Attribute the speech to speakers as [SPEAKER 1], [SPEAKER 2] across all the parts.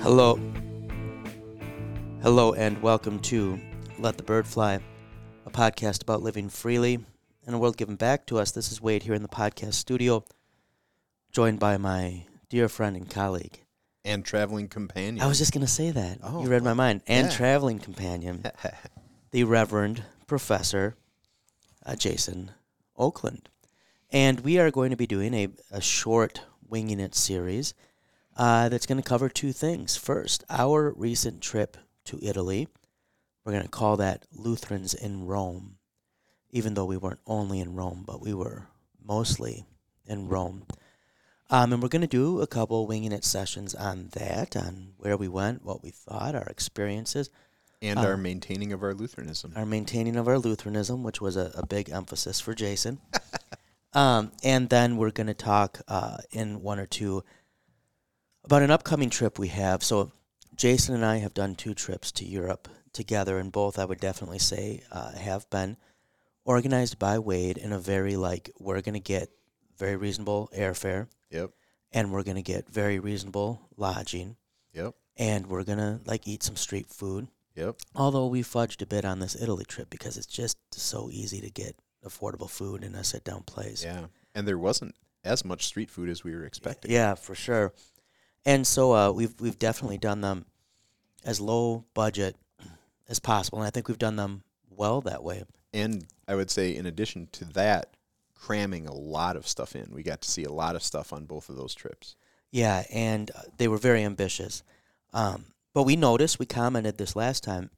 [SPEAKER 1] Hello. Hello, and welcome to Let the Bird Fly, a podcast about living freely in a world given back to us. This is Wade here in the podcast studio, joined by my dear friend and colleague.
[SPEAKER 2] and traveling companion.
[SPEAKER 1] I was just going to say that.
[SPEAKER 2] Oh,
[SPEAKER 1] you read my mind. And
[SPEAKER 2] yeah.
[SPEAKER 1] traveling companion, the Reverend Professor uh, Jason Oakland. And we are going to be doing a, a short Winging It series uh, that's going to cover two things. First, our recent trip to Italy. We're going to call that Lutherans in Rome, even though we weren't only in Rome, but we were mostly in Rome. Um, and we're going to do a couple winging it sessions on that, on where we went, what we thought, our experiences,
[SPEAKER 2] and
[SPEAKER 1] Oh.
[SPEAKER 2] our maintaining of our Lutheranism.
[SPEAKER 1] our maintaining of our Lutheranism, which was a, a big emphasis for Jason. um, and then we're going to talk uh, in one or two about an upcoming trip we have. So, Jason and I have done two trips to Europe together, and both I would definitely say uh, have been organized by Wade in a very like, we're going to get very reasonable airfare
[SPEAKER 2] Yep.
[SPEAKER 1] and we're going to get very reasonable lodging
[SPEAKER 2] Yep.
[SPEAKER 1] and we're going to like eat some street food
[SPEAKER 2] Yep.
[SPEAKER 1] Although we fudged a bit on this Italy trip because it's just so easy to get affordable food in a sit down place.
[SPEAKER 2] Yeah. And there wasn't as much street food as we were expecting.
[SPEAKER 1] Yeah, for sure. And so uh, we've we've definitely done them as low budget as possible, and I think we've done them well that way.
[SPEAKER 2] And I would say, in addition to that, cramming a lot of stuff in. We got to see a lot of stuff on both of those trips.
[SPEAKER 1] Yeah, and uh, they were very ambitious. Um, but we noticed, we commented this last time,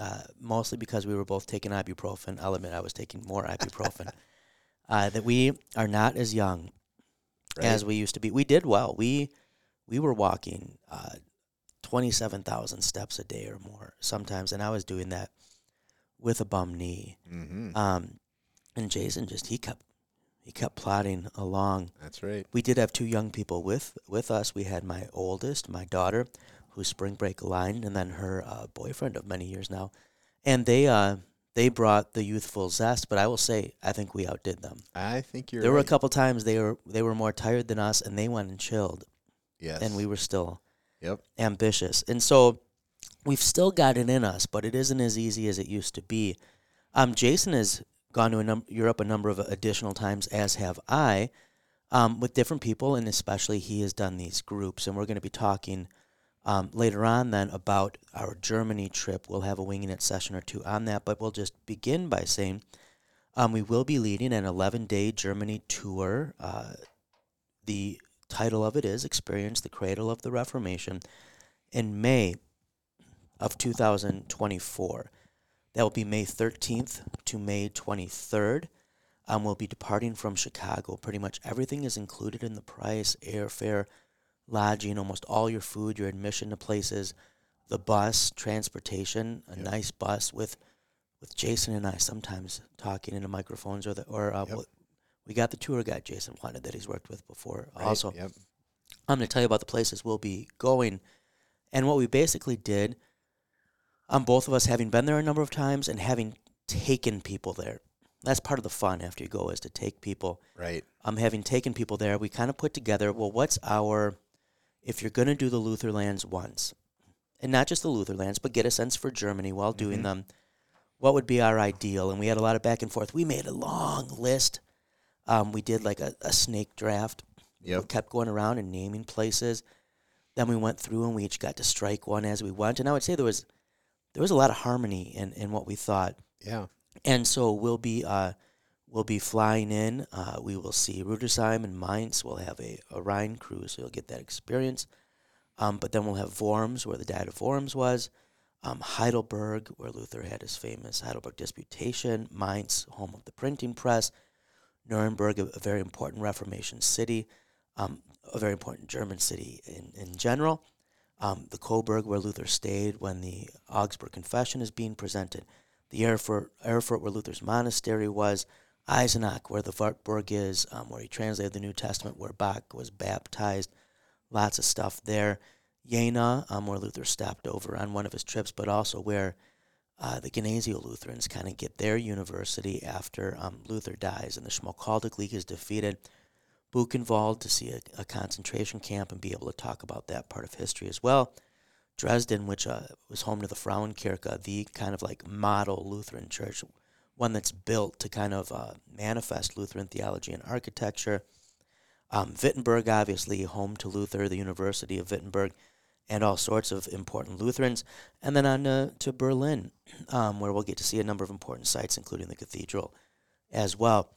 [SPEAKER 1] uh, mostly because we were both taking ibuprofen. I'll admit I was taking more ibuprofen. uh, that we are not as young
[SPEAKER 2] Right?
[SPEAKER 1] as we used to be. We did well. We we were walking uh, twenty seven thousand steps a day or more sometimes, and I was doing that with a bum knee.
[SPEAKER 2] hmm
[SPEAKER 1] Um, and Jason just he kept he kept plodding along.
[SPEAKER 2] That's right.
[SPEAKER 1] We did have two young people with with us. We had my oldest, my daughter, who's spring break aligned, and then her uh, boyfriend of many years now, and they. Uh, they brought the youthful zest, but I will say I think we outdid them.
[SPEAKER 2] I think you're
[SPEAKER 1] There were a
[SPEAKER 2] right.
[SPEAKER 1] couple times they were they were more tired than us, and they went and chilled,
[SPEAKER 2] Yes.
[SPEAKER 1] and we were still
[SPEAKER 2] Yep.
[SPEAKER 1] ambitious. And so we've still got it in us, but it isn't as easy as it used to be. Um, Jason has gone to a num- Europe a number of additional times, as have I, um, with different people, and especially he has done these groups. And we're going to be talking um, later on then about our Germany trip. We'll have a winging it session or two on that, but we'll just begin by saying um, we will be leading an 11 day Germany tour. Uh, the title of it is Experience the Cradle of the Reformation in May of 2024. That will be May 13th to May 23rd. Um, we'll be departing from Chicago. Pretty much everything is included in the price airfare, lodging, almost all your food, your admission to places, the bus, transportation, a nice bus with with Jason and I sometimes talking into microphones or the, or uh,
[SPEAKER 2] Yep.
[SPEAKER 1] what- we got the tour guide Jason wanted that he's worked with before
[SPEAKER 2] Right?
[SPEAKER 1] also.
[SPEAKER 2] Yep.
[SPEAKER 1] I'm going to tell you about the places we'll be going. And what we basically did, um, both of us having been there a number of times and having taken people there. That's part of the fun after you go is to take people.
[SPEAKER 2] Right.
[SPEAKER 1] Um, having taken people there, we kind of put together, well, what's our, if you're going to do the Lutherlands once, and not just the Lutherlands, but get a sense for Germany while doing them, what would be our ideal? And we had a lot of back and forth. We made a long list. Um, we did like a, a snake draft we
[SPEAKER 2] Yep.
[SPEAKER 1] kept going around and naming places. Then we went through and we each got to strike one as we went. And I would say there was there was a lot of harmony in, in what we thought.
[SPEAKER 2] Yeah.
[SPEAKER 1] And so we'll be uh, we'll be flying in. Uh, we will see Rudersheim and Mainz. We'll have a, a Rhine cruise, so you'll get that experience. Um, but then we'll have Worms, where the Diet of Worms was, um, Heidelberg, where Luther had his famous Heidelberg Disputation, Mainz, home of the printing press, Nuremberg, a, a very important Reformation city, um, a very important German city in, in general, um, the Coburg, where Luther stayed when the Augsburg Confession is being presented, the Erfurt, Erfurt where Luther's monastery was, Eisenach, where the Wartburg is, um, where he translated the New Testament, where Bach was baptized, lots of stuff there. Jena, um, where Luther stopped over on one of his trips, but also where uh, the Geneseo Lutherans kind of get their university after um, Luther dies and the Schmalkaldic League is defeated. Buchenwald to see a, a concentration camp and be able to talk about that part of history as well. Dresden, which uh, was home to the Frauenkirche, the kind of like model Lutheran church, one that's built to kind of uh, manifest Lutheran theology and architecture. Um, Wittenberg, obviously, home to Luther, the University of Wittenberg, and all sorts of important Lutherans. And then on uh, to Berlin, um, where we'll get to see a number of important sites, including the cathedral as well.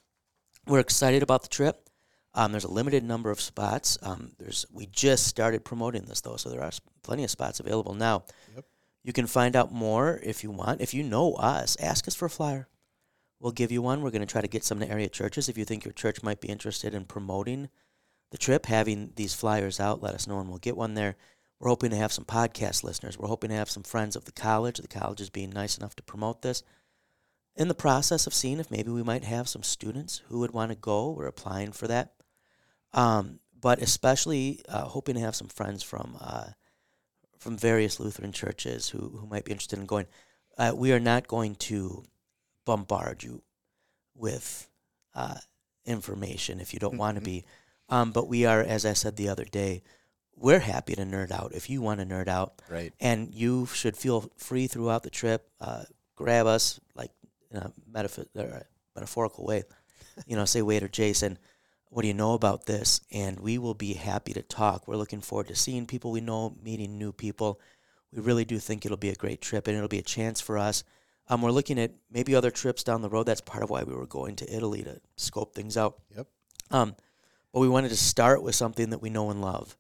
[SPEAKER 1] We're excited about the trip. Um, there's a limited number of spots. Um, there's we just started promoting this though, so there are s- plenty of spots available now.
[SPEAKER 2] Yep.
[SPEAKER 1] You can find out more if you want. If you know us, ask us for a flyer. We'll give you one. We're going to try to get some to area churches. If you think your church might be interested in promoting the trip, having these flyers out, let us know and we'll get one there. We're hoping to have some podcast listeners. We're hoping to have some friends of the college. The college is being nice enough to promote this. In the process of seeing if maybe we might have some students who would want to go, we're applying for that. Um, but especially uh, hoping to have some friends from uh, from various Lutheran churches who, who might be interested in going. Uh, we are not going to bombard you with uh, information if you don't want to be. Um, but we are, as I said the other day, we're happy to nerd out. If you want to nerd out,
[SPEAKER 2] Right.
[SPEAKER 1] and you should feel free throughout the trip. Uh, grab us like in a metaph- or a metaphorical way, you know, say, waiter Jason, what do you know about this? And we will be happy to talk. We're looking forward to seeing people we know, meeting new people. We really do think it'll be a great trip and it'll be a chance for us. Um, we're looking at maybe other trips down the road. That's part of why we were going to Italy to scope things out.
[SPEAKER 2] Yep.
[SPEAKER 1] Um, but we wanted to start with something that we know and love,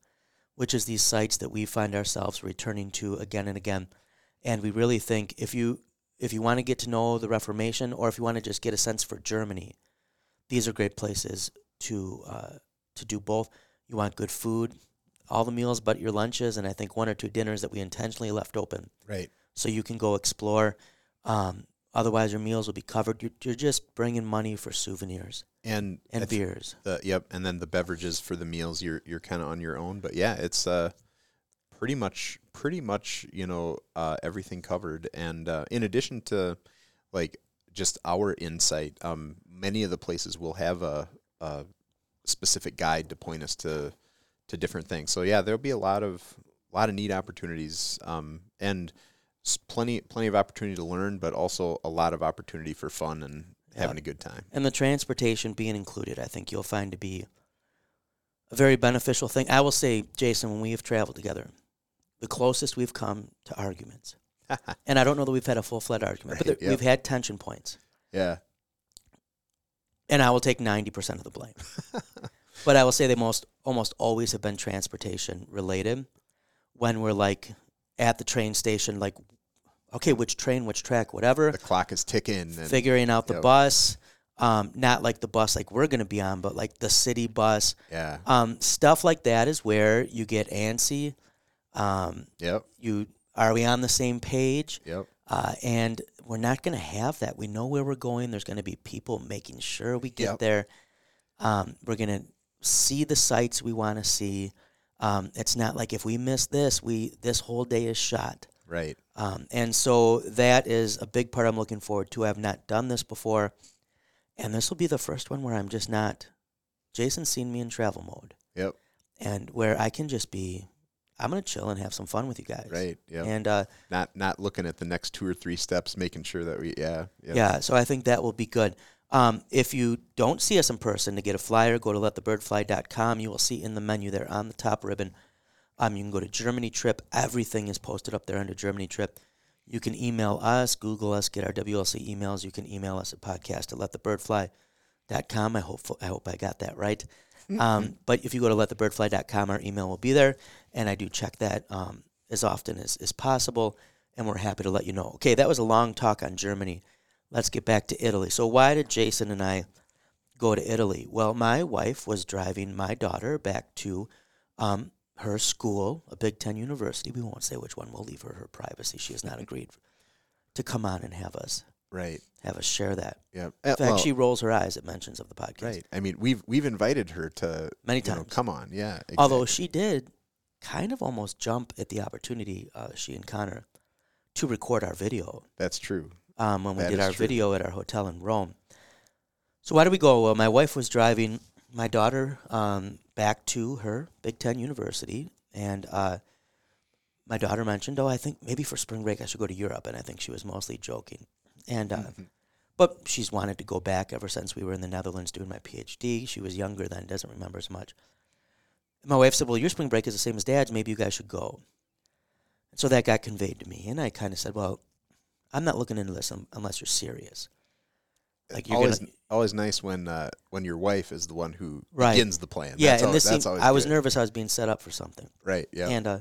[SPEAKER 1] which is these sites that we find ourselves returning to again and again. And we really think if you if you want to get to know the Reformation, or if you want to just get a sense for Germany, these are great places to uh, to do both. You want good food, all the meals but your lunches, and I think one or two dinners that we intentionally left open
[SPEAKER 2] Right.
[SPEAKER 1] so you can go explore. Um, otherwise, your meals will be covered. You're, you're just bringing money for souvenirs
[SPEAKER 2] And
[SPEAKER 1] and
[SPEAKER 2] I think
[SPEAKER 1] beers.
[SPEAKER 2] the yep, and then the beverages for the meals you're you're kind of on your own, but yeah, it's uh pretty much pretty much, you know, uh everything covered and uh in addition to like just our insight, um many of the places will have a a specific guide to point us to to different things. So yeah, there'll be a lot of lot of neat opportunities um and s- plenty plenty of opportunity to learn, but also a lot of opportunity for fun and having a good time.
[SPEAKER 1] And the transportation being included, I think you'll find to be a very beneficial thing. I will say, Jason, when we have traveled together, the closest we've come to arguments. and I don't know that we've had a full fledged argument, but
[SPEAKER 2] Right,
[SPEAKER 1] there,
[SPEAKER 2] yeah.
[SPEAKER 1] we've had tension points.
[SPEAKER 2] Yeah.
[SPEAKER 1] And I will take 90% of the blame. but I will say they most almost always have been transportation related when we're like at the train station, like, okay, which train, which track, whatever.
[SPEAKER 2] the clock is ticking and
[SPEAKER 1] figuring out the
[SPEAKER 2] Yep.
[SPEAKER 1] bus. Um, not like the bus like we're going to be on, but like the city bus.
[SPEAKER 2] yeah
[SPEAKER 1] Um, stuff like that is where you get antsy. Um,
[SPEAKER 2] yep
[SPEAKER 1] you are we on the same page?
[SPEAKER 2] yep
[SPEAKER 1] Uh, and we're not going to have that. We know where we're going. There's going to be people making sure we get
[SPEAKER 2] Yep.
[SPEAKER 1] there. Um, we're going to see the sights we want to see. Um, it's not like if we miss this, we this whole day is shot.
[SPEAKER 2] right
[SPEAKER 1] Um, and so that is a big part I'm looking forward to. I've not done this before, and this will be the first one where I'm just not. Jason's seen me in travel mode,
[SPEAKER 2] yep
[SPEAKER 1] and where I can just be. I'm gonna chill and have some fun with you guys.
[SPEAKER 2] right yep
[SPEAKER 1] And uh,
[SPEAKER 2] not not looking at the next two or three steps making sure that we yeah yep.
[SPEAKER 1] yeah, so I think that will be good. Um, if you don't see us in person to get a flyer, go to letthebirdfly.com. You will see in the menu there on the top ribbon. Um, you can go to Germany Trip. Everything is posted up there under Germany Trip. You can email us, Google us, get our WLC emails. You can email us at podcast at letthebirdfly.com. I hope, I hope I got that right. Um, but if you go to letthebirdfly.com, our email will be there. And I do check that um, as often as, as possible. And we're happy to let you know. Okay, that was a long talk on Germany. Let's get back to Italy. So, why did Jason and I go to Italy? Well, my wife was driving my daughter back to um, her school, a Big Ten university. We won't say which one. We'll leave her her privacy. She has not agreed to come on and have us
[SPEAKER 2] right
[SPEAKER 1] have us share that.
[SPEAKER 2] yep Eh,
[SPEAKER 1] In fact, she rolls her eyes at mentions of the podcast.
[SPEAKER 2] Uh, right i mean we've we've invited her to
[SPEAKER 1] Many
[SPEAKER 2] you know,
[SPEAKER 1] times.
[SPEAKER 2] come on yeah
[SPEAKER 1] Although
[SPEAKER 2] exact-
[SPEAKER 1] she did kind of almost jump at the opportunity uh, she and Connor to record our video
[SPEAKER 2] that's true
[SPEAKER 1] um, when we
[SPEAKER 2] That
[SPEAKER 1] did
[SPEAKER 2] is
[SPEAKER 1] our
[SPEAKER 2] true.
[SPEAKER 1] video at our hotel in Rome. So why did we go? Well, my wife was driving my daughter um, back to her Big Ten university, and uh, my daughter mentioned, "Oh, I think maybe for spring break I should go to Europe," and I think she was mostly joking. And uh,
[SPEAKER 2] Mm-hmm.
[SPEAKER 1] but she's wanted to go back ever since we were in the Netherlands doing my PhD. She was younger then, doesn't remember as much. And my wife said, "Well, your spring break is the same as Dad's. Maybe you guys should go." And so that got conveyed to me, and I kind of said, "Well, I'm not looking into this un- unless you're serious." Like you're
[SPEAKER 2] always,
[SPEAKER 1] gonna,
[SPEAKER 2] always nice when uh, when your wife is the one who
[SPEAKER 1] Right.
[SPEAKER 2] begins the plan.
[SPEAKER 1] yeah.
[SPEAKER 2] that's
[SPEAKER 1] And
[SPEAKER 2] al-
[SPEAKER 1] this,
[SPEAKER 2] that's
[SPEAKER 1] seemed,
[SPEAKER 2] always
[SPEAKER 1] I was
[SPEAKER 2] good.
[SPEAKER 1] nervous. I was being set up for something.
[SPEAKER 2] Right. Yeah.
[SPEAKER 1] And uh,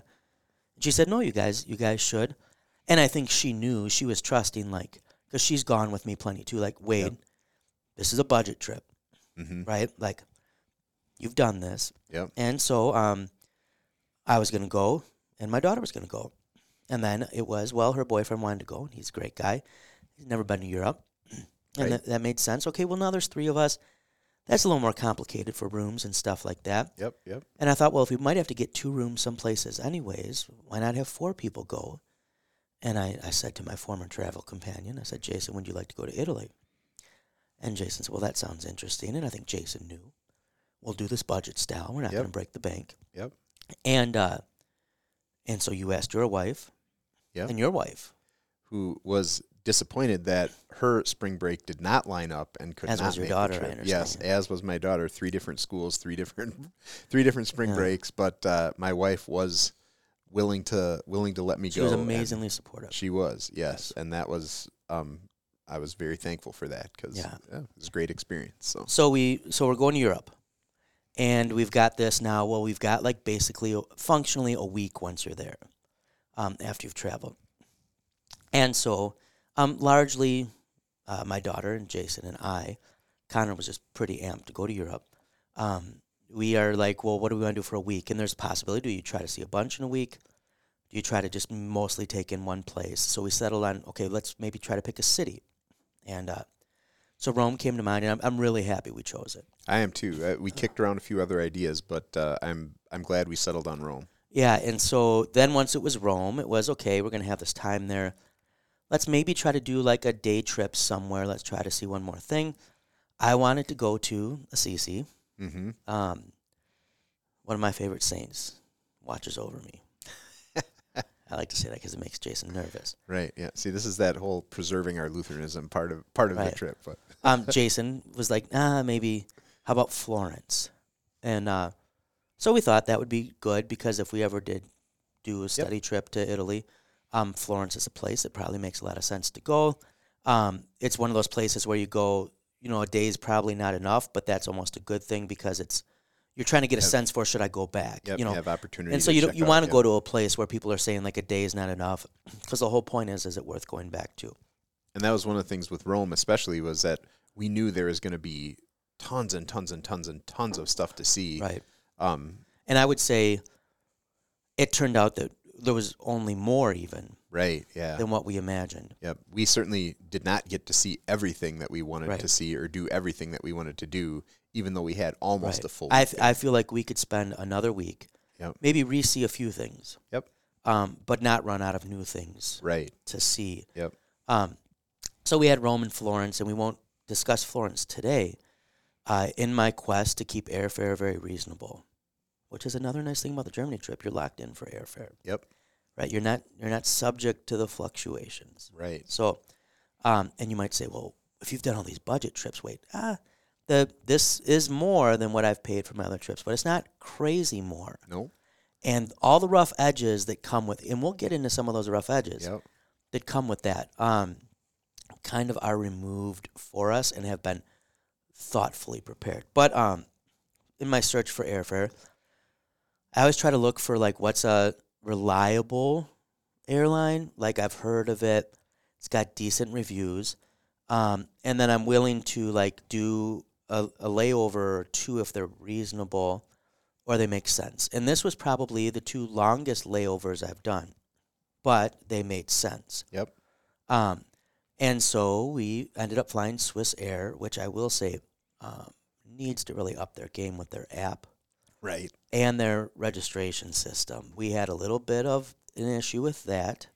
[SPEAKER 1] she said, "No, you guys, you guys should." And I think she knew she was trusting, like, because she's gone with me plenty too. Like, Wade, this is a budget trip,
[SPEAKER 2] mm-hmm.
[SPEAKER 1] right? Like, you've done this,
[SPEAKER 2] Yep.
[SPEAKER 1] and so um, I was gonna go, and my daughter was gonna go, and then it was well, her boyfriend wanted to go, and he's a great guy. He's never been to Europe, and
[SPEAKER 2] Right.
[SPEAKER 1] that that made sense. Okay, well now there's three of us. That's a little more complicated for rooms and stuff like that.
[SPEAKER 2] Yep. Yep.
[SPEAKER 1] And I thought, well, if we might have to get two rooms some places anyways, why not have four people go? And I, I said to my former travel companion, I said, Jason, would you like to go to Italy? And Jason said, well, that sounds interesting. And I think Jason knew. We'll do this budget style. We're not
[SPEAKER 2] Yep.
[SPEAKER 1] going to break the bank.
[SPEAKER 2] Yep.
[SPEAKER 1] And uh, and so you asked your wife
[SPEAKER 2] Yep.
[SPEAKER 1] and your wife,
[SPEAKER 2] Who was disappointed that her spring break did not line up and could
[SPEAKER 1] As
[SPEAKER 2] not
[SPEAKER 1] was your
[SPEAKER 2] make the
[SPEAKER 1] daughter, I
[SPEAKER 2] trip.
[SPEAKER 1] understand.
[SPEAKER 2] Yes, as was my daughter. Three different schools, three different, three different spring
[SPEAKER 1] Yeah.
[SPEAKER 2] breaks. But uh, my wife was willing to willing to let me
[SPEAKER 1] she
[SPEAKER 2] go.
[SPEAKER 1] was
[SPEAKER 2] and
[SPEAKER 1] amazingly supportive.
[SPEAKER 2] She was yes, and that was um, I was very thankful for that because
[SPEAKER 1] Yeah.
[SPEAKER 2] it was a great experience. So
[SPEAKER 1] So we so we're going to Europe, and we've got this now. Well, we've got like basically a- functionally a week once you're there, um, after you've traveled, and so um, largely uh, my daughter and Jason and I, Connor was just pretty amped to go to Europe. Um, we are like, well, what do we want to do for a week? And there's a possibility. Do you try to see a bunch in a week? Do you try to just mostly take in one place? So we settled on okay, let's maybe try to pick a city, and uh, so Rome came to mind, and I'm, I'm really happy we chose it.
[SPEAKER 2] I am too. Uh, we kicked around a few other ideas, but uh, I'm I'm glad we settled on Rome.
[SPEAKER 1] Yeah, and so then once it was Rome, it was okay, we're going to have this time there. Let's maybe try to do like a day trip somewhere. Let's try to see one more thing. I wanted to go to Assisi.
[SPEAKER 2] Mm-hmm.
[SPEAKER 1] Um, one of my favorite saints watches over me. I like to say that because it makes Jason nervous.
[SPEAKER 2] Right. Yeah. See, this is that whole preserving our Lutheranism part of part of
[SPEAKER 1] Right.
[SPEAKER 2] the trip, but
[SPEAKER 1] um, Jason was like, ah, maybe how about Florence? And uh, so we thought that would be good because if we ever did do a study trip to Italy, um, Florence is a place that probably makes a lot of sense to go. Um, it's one of those places where you go, you know, a day is probably not enough, but that's almost a good thing because it's you're trying to get a sense for should I go back,
[SPEAKER 2] yep,
[SPEAKER 1] you know,
[SPEAKER 2] have opportunity.
[SPEAKER 1] and so
[SPEAKER 2] to
[SPEAKER 1] you don't,
[SPEAKER 2] check
[SPEAKER 1] you
[SPEAKER 2] out,
[SPEAKER 1] want to
[SPEAKER 2] yeah.
[SPEAKER 1] go to a place where people are saying like a day is not enough because the whole point is is it worth going back to?
[SPEAKER 2] and that was one of the things with Rome, especially, was that we knew there was going to be tons and tons and tons and tons of stuff to see.
[SPEAKER 1] Right.
[SPEAKER 2] Um.
[SPEAKER 1] And I would say it turned out that there was only more even
[SPEAKER 2] Right. Yeah.
[SPEAKER 1] than what we imagined.
[SPEAKER 2] Yep. We certainly did not get to see everything that we wanted
[SPEAKER 1] Right.
[SPEAKER 2] to see or do everything that we wanted to do, even though we had almost
[SPEAKER 1] Right.
[SPEAKER 2] a full.
[SPEAKER 1] I,
[SPEAKER 2] week.
[SPEAKER 1] I feel like we could spend another week,
[SPEAKER 2] Yep.
[SPEAKER 1] maybe re-see a few things,
[SPEAKER 2] Yep.
[SPEAKER 1] um, but not run out of new things
[SPEAKER 2] Right.
[SPEAKER 1] to see.
[SPEAKER 2] Yep.
[SPEAKER 1] Um, so we had Rome and Florence, and we won't discuss Florence today. Uh, in my quest to keep airfare very reasonable, which is another nice thing about the Germany trip, you're locked in for airfare,
[SPEAKER 2] Yep.
[SPEAKER 1] right? You're not you're not subject to the fluctuations.
[SPEAKER 2] Right.
[SPEAKER 1] So, um, and you might say, well, if you've done all these budget trips, wait, ah, the this is more than what I've paid for my other trips, but it's not crazy more.
[SPEAKER 2] No.
[SPEAKER 1] And all the rough edges that come with, and we'll get into some of those rough edges
[SPEAKER 2] Yep.
[SPEAKER 1] that come with that, um, kind of are removed for us and have been thoughtfully prepared. But um, in my search for airfare, I always try to look for like what's a reliable airline. Like I've heard of it, it's got decent reviews, um, and then I'm willing to like do a, a layover or two if they're reasonable or they make sense. And this was probably the two longest layovers I've done, but they made sense.
[SPEAKER 2] Yep.
[SPEAKER 1] Um, and so we ended up flying Swiss Air, which I will say um, needs to really up their game with their app
[SPEAKER 2] Right.
[SPEAKER 1] and their registration system. We had a little bit of an issue with that.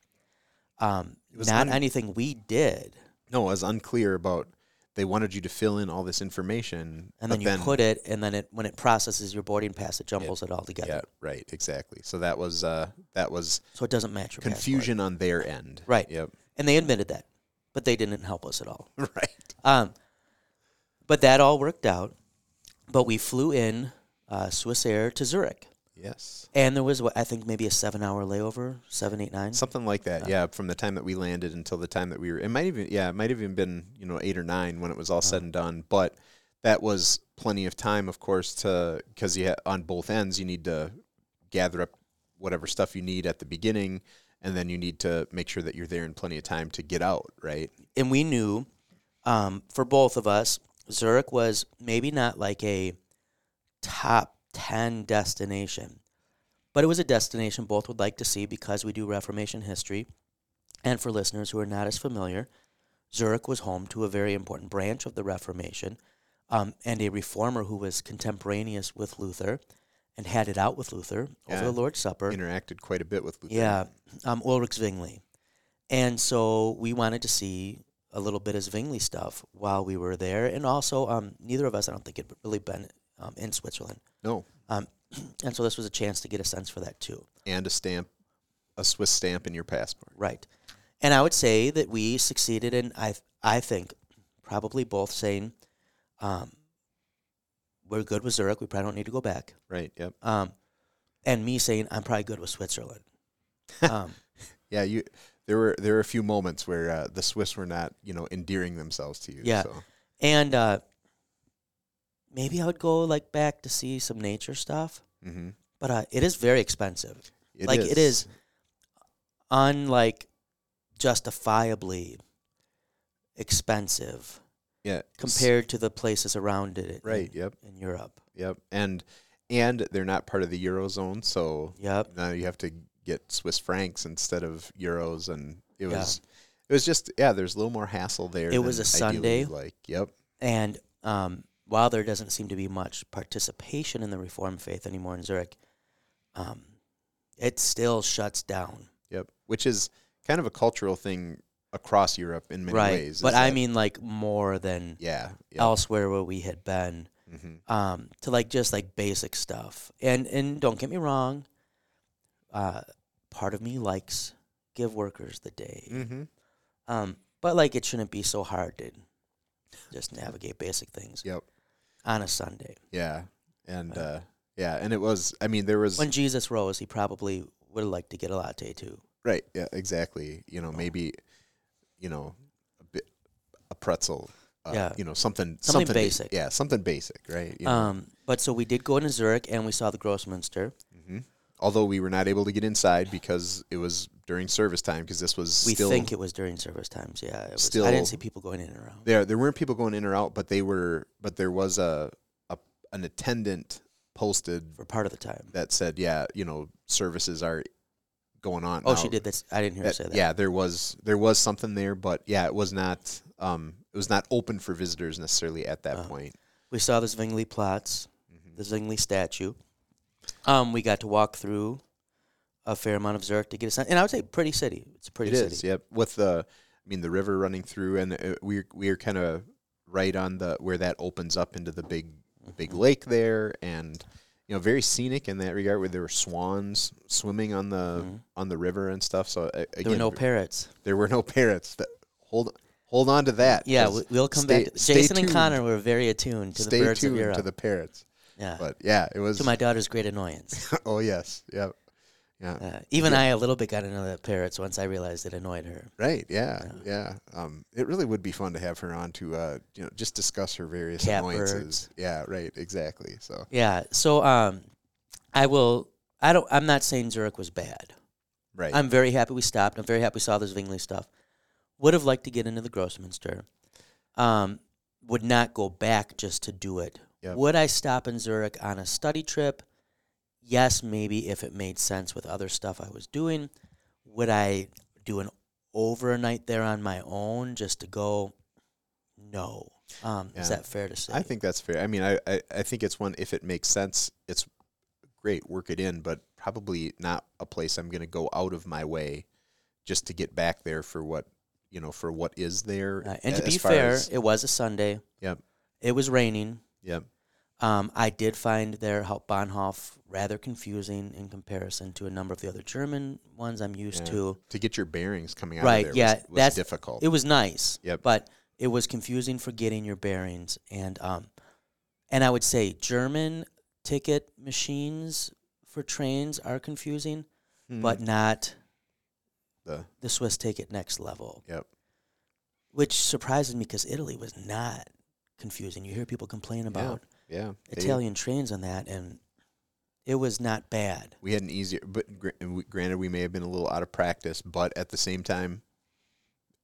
[SPEAKER 1] Um,
[SPEAKER 2] It was
[SPEAKER 1] not
[SPEAKER 2] un-
[SPEAKER 1] anything we did.
[SPEAKER 2] No, I was unclear about they wanted you to fill in all this information,
[SPEAKER 1] and then
[SPEAKER 2] but
[SPEAKER 1] you put it, and then it when it processes your boarding pass, it jumbles it, all together,
[SPEAKER 2] yeah, right, exactly. So that was uh, that was
[SPEAKER 1] so it doesn't match your passport.
[SPEAKER 2] confusion on their end,
[SPEAKER 1] Right.
[SPEAKER 2] Yep,
[SPEAKER 1] And they admitted that, but they didn't help us at all.
[SPEAKER 2] right.
[SPEAKER 1] Um, but that all worked out. But we flew in uh, Swiss Air to Zurich,
[SPEAKER 2] Yes,
[SPEAKER 1] and there was what I think maybe a seven-hour layover, seven, eight, nine.
[SPEAKER 2] something like that. yeah, from the time that we landed until the time that we were, it might even yeah, it might have even been you know eight or nine when it was all said and done, but. That was plenty of time, of course, to because you ha- on both ends you need to gather up whatever stuff you need at the beginning, and then you need to make sure that you're there in plenty of time to get out, right?
[SPEAKER 1] and we knew um, for both of us, Zurich was maybe not like a top 10 destination, but it was a destination both would like to see because we do Reformation history. And for listeners who are not as familiar, Zurich was home to a very important branch of the Reformation um, and a reformer who was contemporaneous with Luther and had it out with Luther over
[SPEAKER 2] Yeah.
[SPEAKER 1] the Lord's Supper.
[SPEAKER 2] Interacted quite a bit with Luther.
[SPEAKER 1] Yeah, um, Ulrich Zwingli. And so we wanted to see a little bit of Zwingli stuff while we were there. And also, um, neither of us, I don't think, had really been um, in Switzerland.
[SPEAKER 2] No,
[SPEAKER 1] Um, and so this was a chance to get a sense for that too.
[SPEAKER 2] and a stamp, a Swiss stamp in your passport.
[SPEAKER 1] Right. And I would say that we succeeded in, I, I think, probably both saying, um, we're good with Zurich. We probably don't need to go back.
[SPEAKER 2] Right. Yep.
[SPEAKER 1] Um, and me saying, I'm probably good with Switzerland. Um,
[SPEAKER 2] Yeah. You. There were there were a few moments where uh, the Swiss were not you know endearing themselves to you.
[SPEAKER 1] Yeah.
[SPEAKER 2] So.
[SPEAKER 1] And uh, maybe I would go like back to see some nature stuff,
[SPEAKER 2] Mm-hmm.
[SPEAKER 1] but uh, it is very expensive, Like, it is- unlike justifiably expensive
[SPEAKER 2] Yeah.
[SPEAKER 1] compared to the places around it. in-
[SPEAKER 2] Right. Yep.
[SPEAKER 1] In Europe.
[SPEAKER 2] Yep. And and they're not part of the eurozone, so
[SPEAKER 1] Yep.
[SPEAKER 2] now you have to get Swiss francs instead of euros, and it
[SPEAKER 1] Yeah.
[SPEAKER 2] was it was just yeah. There's a little more hassle there.
[SPEAKER 1] It was
[SPEAKER 2] than
[SPEAKER 1] a
[SPEAKER 2] ideally
[SPEAKER 1] Sunday.
[SPEAKER 2] you'd Like yep.
[SPEAKER 1] And um, while there doesn't seem to be much participation in the Reformed faith anymore in Zurich, um, it still shuts down.
[SPEAKER 2] Yep. Which is kind of a cultural thing across Europe in many
[SPEAKER 1] right.
[SPEAKER 2] ways.
[SPEAKER 1] but
[SPEAKER 2] is
[SPEAKER 1] I
[SPEAKER 2] that-
[SPEAKER 1] mean, like, more than
[SPEAKER 2] yeah. Yep.
[SPEAKER 1] elsewhere where we had been.
[SPEAKER 2] hmm
[SPEAKER 1] um, to like just like basic stuff. And and don't get me wrong, uh, part of me likes give workers the day,
[SPEAKER 2] Mm-hmm.
[SPEAKER 1] um, but like it shouldn't be so hard to just navigate basic things
[SPEAKER 2] Yep.
[SPEAKER 1] on a Sunday.
[SPEAKER 2] Yeah. And
[SPEAKER 1] But-
[SPEAKER 2] uh, yeah, and it was. I mean, there was
[SPEAKER 1] When Jesus rose, he probably would have liked to get a latte too.
[SPEAKER 2] right. Yeah, exactly. You know, maybe, you know, a bit a pretzel. Uh,
[SPEAKER 1] Yeah.
[SPEAKER 2] You know, something
[SPEAKER 1] Something
[SPEAKER 2] ba-
[SPEAKER 1] basic.
[SPEAKER 2] Yeah, something basic, right? You know?
[SPEAKER 1] Um, but so we did go into Zurich and we saw the Grossmünster.
[SPEAKER 2] Mhm. Although we were not able to get inside because it was during service time, because this was
[SPEAKER 1] We
[SPEAKER 2] still
[SPEAKER 1] think it was during service times. Yeah, it was, I
[SPEAKER 2] still-
[SPEAKER 1] didn't see people going in and around.
[SPEAKER 2] there there weren't people going in or out, but they were. But there was a, a an attendant posted
[SPEAKER 1] for part of the time.
[SPEAKER 2] that said, yeah, you know, services are going on.
[SPEAKER 1] Oh,
[SPEAKER 2] now.
[SPEAKER 1] she did this. I didn't hear her
[SPEAKER 2] That-
[SPEAKER 1] say that.
[SPEAKER 2] Yeah, there was there was something there, but yeah, it was not um, it was not open for visitors necessarily at that
[SPEAKER 1] Uh-huh.
[SPEAKER 2] point.
[SPEAKER 1] We saw the Zwingli plots,
[SPEAKER 2] Mm-hmm.
[SPEAKER 1] the Zwingli statue. Um, we got to walk through a fair amount of Zurich to get a sense, and I would say pretty city. It's a pretty
[SPEAKER 2] It is,
[SPEAKER 1] city.
[SPEAKER 2] yep. With the, I mean, the river running through, and uh, we're we're kind of right on the where that opens up into the big the big
[SPEAKER 1] Mm-hmm.
[SPEAKER 2] lake there, and you know, very scenic in that regard, where there were swans swimming on the on the river and stuff. So uh, again,
[SPEAKER 1] Mm-hmm. There were no parrots.
[SPEAKER 2] there were no parrots. That, hold hold on to that.
[SPEAKER 1] Yeah,
[SPEAKER 2] 'cause
[SPEAKER 1] we, we'll come
[SPEAKER 2] stay-
[SPEAKER 1] back. To,
[SPEAKER 2] stay
[SPEAKER 1] Jason and
[SPEAKER 2] tuned.
[SPEAKER 1] Connor were very attuned to
[SPEAKER 2] Stay
[SPEAKER 1] the birds of
[SPEAKER 2] tuned
[SPEAKER 1] Europe.
[SPEAKER 2] to the parrots.
[SPEAKER 1] yeah,
[SPEAKER 2] But yeah, it was
[SPEAKER 1] to my daughter's great annoyance.
[SPEAKER 2] oh yes, yeah, yeah,
[SPEAKER 1] Uh, even I a little bit got into the parrots once I realized it annoyed her.
[SPEAKER 2] right, yeah, yeah. Um, it really would be fun to have her on to uh, you know, just discuss her various
[SPEAKER 1] Catbirds.
[SPEAKER 2] annoyances. Yeah, right, exactly. So
[SPEAKER 1] Yeah, so um, I will. I don't. I'm not saying Zurich was bad.
[SPEAKER 2] right,
[SPEAKER 1] I'm very happy we stopped. I'm very happy we saw this Zwingli stuff. Would have liked to get into the Grossminster. Um, would not go back just to do it.
[SPEAKER 2] Yep.
[SPEAKER 1] Would I stop in Zurich on a study trip? Yes, maybe if it made sense with other stuff I was doing. Would I do an overnight there on my own just to go? No. Um, Is
[SPEAKER 2] Yeah.
[SPEAKER 1] that fair to say?
[SPEAKER 2] I think that's fair. I mean, I, I I think it's one if it makes sense, it's great, work it in, but probably not a place I'm going to go out of my way just to get back there for what you know for what is there.
[SPEAKER 1] Uh, and
[SPEAKER 2] a-
[SPEAKER 1] to be
[SPEAKER 2] as far
[SPEAKER 1] fair,
[SPEAKER 2] as-
[SPEAKER 1] it was a Sunday.
[SPEAKER 2] Yep.
[SPEAKER 1] It was raining.
[SPEAKER 2] yep,
[SPEAKER 1] Um, I did find their Haupt- Bahnhof rather confusing in comparison to a number of the other German ones I'm used
[SPEAKER 2] Yeah.
[SPEAKER 1] to.
[SPEAKER 2] to get your bearings coming out
[SPEAKER 1] Right,
[SPEAKER 2] of there
[SPEAKER 1] yeah,
[SPEAKER 2] was, was
[SPEAKER 1] that's-
[SPEAKER 2] difficult.
[SPEAKER 1] It was nice,
[SPEAKER 2] Yep.
[SPEAKER 1] but it was confusing for getting your bearings. And um, and I would say German ticket machines for trains are confusing,
[SPEAKER 2] Mhm.
[SPEAKER 1] but not
[SPEAKER 2] the
[SPEAKER 1] the Swiss ticket next level.
[SPEAKER 2] Yep.
[SPEAKER 1] Which surprises me because Italy was not confusing. You hear people complain about
[SPEAKER 2] yeah, they-
[SPEAKER 1] Italian trains on that, and it was not bad.
[SPEAKER 2] we had an easier but gr- and we- granted we may have been a little out of practice but at the same time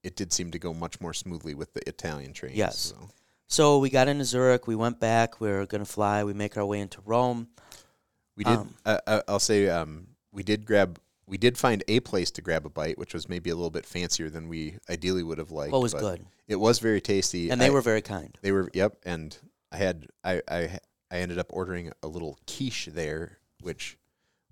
[SPEAKER 2] it did seem to go much more smoothly with the italian trains
[SPEAKER 1] Yes.
[SPEAKER 2] so.
[SPEAKER 1] So we got into Zurich. We went back. We were gonna fly. We make our way into Rome.
[SPEAKER 2] we did
[SPEAKER 1] Um,
[SPEAKER 2] uh, uh, i'll say um, we did grab we did find a place to grab a bite which was maybe a little bit fancier than we ideally would have liked
[SPEAKER 1] What was
[SPEAKER 2] but
[SPEAKER 1] good,
[SPEAKER 2] it was very tasty
[SPEAKER 1] and they
[SPEAKER 2] I-
[SPEAKER 1] were very kind.
[SPEAKER 2] they were yep and i had i i i ended up ordering a little quiche there which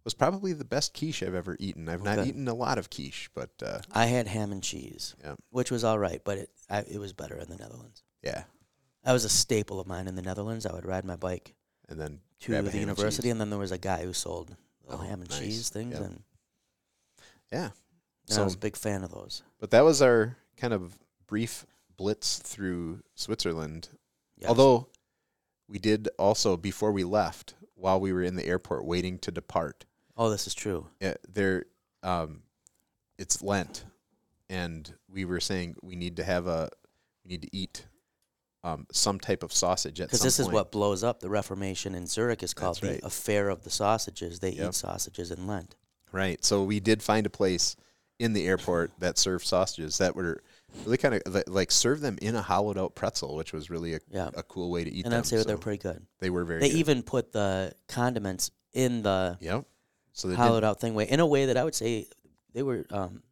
[SPEAKER 2] was probably the best quiche i've ever eaten i've not
[SPEAKER 1] Okay.
[SPEAKER 2] eaten a lot of quiche but uh,
[SPEAKER 1] I had ham and cheese,
[SPEAKER 2] Yeah.
[SPEAKER 1] which was all right, but it I, it was better in the Netherlands.
[SPEAKER 2] yeah
[SPEAKER 1] That was a staple of mine in the Netherlands. I would ride my bike
[SPEAKER 2] and then
[SPEAKER 1] to
[SPEAKER 2] Grab a
[SPEAKER 1] the
[SPEAKER 2] ham and cheese.
[SPEAKER 1] university, and, then there was a guy who sold little
[SPEAKER 2] Oh,
[SPEAKER 1] ham and
[SPEAKER 2] nice.
[SPEAKER 1] cheese things,
[SPEAKER 2] Yep.
[SPEAKER 1] and, and
[SPEAKER 2] yeah
[SPEAKER 1] I
[SPEAKER 2] So-
[SPEAKER 1] was a big fan of those.
[SPEAKER 2] But that was our kind of brief blitz through Switzerland.
[SPEAKER 1] Yes.
[SPEAKER 2] Although we did also before we left, while we were in the airport waiting to depart,
[SPEAKER 1] oh, this is true.
[SPEAKER 2] uh, there, um, it's Lent, and we were saying we need to have a, we need to eat, um, some type of sausage at some
[SPEAKER 1] Because this
[SPEAKER 2] point.
[SPEAKER 1] is what blows up the Reformation in Zurich is called
[SPEAKER 2] That's
[SPEAKER 1] the
[SPEAKER 2] right.
[SPEAKER 1] affair of the sausages. They
[SPEAKER 2] Yep.
[SPEAKER 1] eat sausages in Lent.
[SPEAKER 2] Right. So we did find a place in the airport that served sausages that were really kind of like served them in a hollowed out pretzel, which was really a,
[SPEAKER 1] Yeah.
[SPEAKER 2] a cool way to eat
[SPEAKER 1] and
[SPEAKER 2] them.
[SPEAKER 1] I'd say that they're
[SPEAKER 2] so
[SPEAKER 1] pretty good.
[SPEAKER 2] they were very
[SPEAKER 1] They
[SPEAKER 2] good.
[SPEAKER 1] even put the condiments in the
[SPEAKER 2] Yep. So they did
[SPEAKER 1] hollowed out thing way in a way that I would say they were um,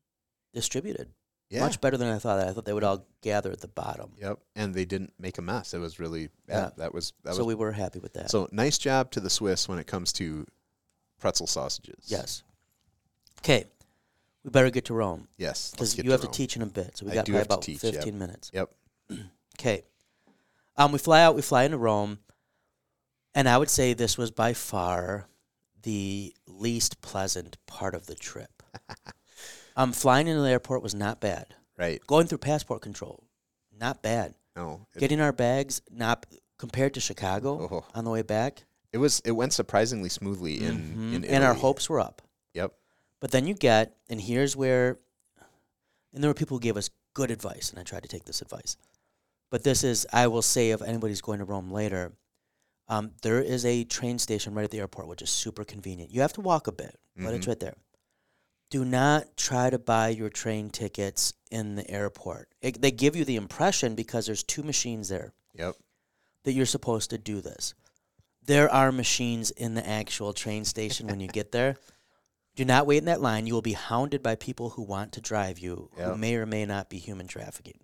[SPEAKER 1] distributed
[SPEAKER 2] yeah.
[SPEAKER 1] much better than I thought. I thought they would all gather at the bottom.
[SPEAKER 2] Yep. And they didn't make a mess. It was really
[SPEAKER 1] Yeah.
[SPEAKER 2] yeah. that was that
[SPEAKER 1] so
[SPEAKER 2] was
[SPEAKER 1] we were happy with that.
[SPEAKER 2] so nice job to the Swiss when it comes to pretzel sausages.
[SPEAKER 1] yes. Okay, we better get to Rome
[SPEAKER 2] Yes. let's
[SPEAKER 1] because
[SPEAKER 2] get
[SPEAKER 1] you have
[SPEAKER 2] Rome.
[SPEAKER 1] to teach in a bit. So we
[SPEAKER 2] I
[SPEAKER 1] got
[SPEAKER 2] do
[SPEAKER 1] probably
[SPEAKER 2] have to
[SPEAKER 1] about
[SPEAKER 2] teach, yep.
[SPEAKER 1] fifteen minutes.
[SPEAKER 2] Yep.
[SPEAKER 1] Okay. Um, we fly out. We fly into Rome, and I would say this was by far the least pleasant part of the trip. um, flying into the airport was not bad.
[SPEAKER 2] Right.
[SPEAKER 1] Going through passport control, not bad.
[SPEAKER 2] No. It,
[SPEAKER 1] Getting our bags, not compared to Chicago
[SPEAKER 2] Oh.
[SPEAKER 1] on the way back,
[SPEAKER 2] it was it went surprisingly smoothly in,
[SPEAKER 1] Mhm.
[SPEAKER 2] in Italy.
[SPEAKER 1] and our hopes were up.
[SPEAKER 2] Yep.
[SPEAKER 1] But then you get, and here's where, and there were people who gave us good advice, and I tried to take this advice. But this is, I will say, if anybody's going to Rome later, um, there is a train station right at the airport, which is super convenient. You have to walk a bit, but it's
[SPEAKER 2] Mhm.
[SPEAKER 1] right there. Do not try to buy your train tickets in the airport. It, they give you the impression because there's two machines there
[SPEAKER 2] Yep.
[SPEAKER 1] that you're supposed to do this. There are machines in the actual train station when you get there. Do not wait in that line. You will be hounded by people who want to drive you, who
[SPEAKER 2] Yep.
[SPEAKER 1] may or may not be human trafficking.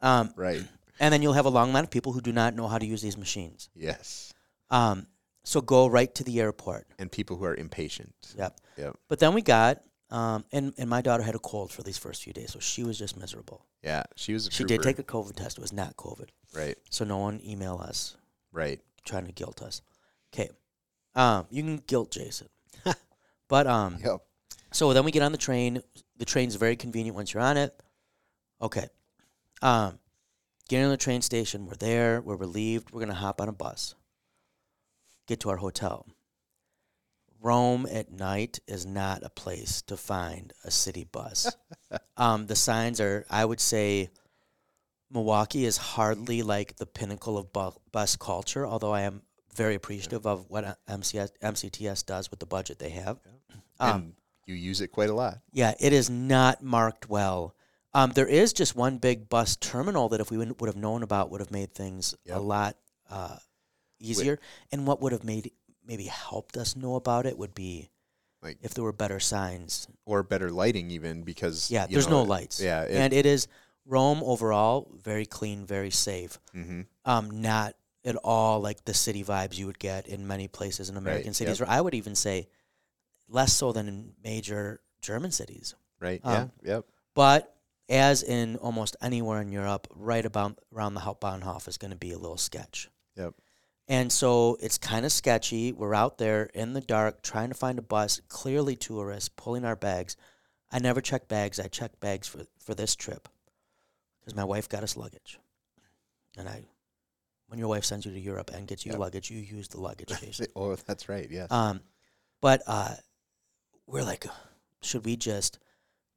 [SPEAKER 1] um,
[SPEAKER 2] Right.
[SPEAKER 1] and then you'll have a long line of people who do not know how to use these machines.
[SPEAKER 2] Yes.
[SPEAKER 1] Um, so go right to the airport.
[SPEAKER 2] And people who are impatient.
[SPEAKER 1] Yep.
[SPEAKER 2] Yep.
[SPEAKER 1] But then we got, um, and, and my daughter had a cold for these first few days, so she was just miserable.
[SPEAKER 2] Yeah. She was a
[SPEAKER 1] She did
[SPEAKER 2] trooper.
[SPEAKER 1] take a COVID test. It was not COVID.
[SPEAKER 2] Right.
[SPEAKER 1] So no one email us.
[SPEAKER 2] Right.
[SPEAKER 1] trying to guilt us. Okay. Um, you can guilt Jason. but um
[SPEAKER 2] Yep.
[SPEAKER 1] so then we get on the train. The train's very convenient once you're on it. Okay. Um getting on the train station, we're there, we're relieved, we're gonna hop on a bus. Get to our hotel. Rome at night is not a place to find a city bus. um, the signs are, I would say, Milwaukee is hardly like the pinnacle of bu- bus culture, although I am very appreciative of what uh, MCS, MCTS does with the budget they have. Um,
[SPEAKER 2] and you use it quite a lot.
[SPEAKER 1] yeah, it is not marked well. Um, there is just one big bus terminal that, if we would have known about, would have made things a
[SPEAKER 2] Yep.
[SPEAKER 1] lot uh, easier. And what would have made maybe helped us know about it would be
[SPEAKER 2] Like-
[SPEAKER 1] if there were better signs.
[SPEAKER 2] Or better lighting even because
[SPEAKER 1] Yeah,
[SPEAKER 2] you
[SPEAKER 1] there's
[SPEAKER 2] know,
[SPEAKER 1] no lights.
[SPEAKER 2] Yeah. It,
[SPEAKER 1] and it is Rome overall very clean, very safe.
[SPEAKER 2] mm-hmm.
[SPEAKER 1] Um, not at all like the city vibes you would get in many places in American
[SPEAKER 2] Right,
[SPEAKER 1] cities, or I would even say less so than in major German cities.
[SPEAKER 2] Right.
[SPEAKER 1] Um,
[SPEAKER 2] yeah. Yep.
[SPEAKER 1] but as in almost anywhere in Europe, right about around the Hauptbahnhof is going to be a little sketch.
[SPEAKER 2] Yep.
[SPEAKER 1] And so it's kind of sketchy. We're out there in the dark trying to find a bus, clearly tourists, pulling our bags. I never check bags. I checked bags for, for this trip because my wife got us luggage. And I, when your wife sends you to Europe and gets you
[SPEAKER 2] Yep.
[SPEAKER 1] luggage, you use the luggage, Jason.
[SPEAKER 2] Oh, that's right. Yes.
[SPEAKER 1] Um, but uh, we're like, should we just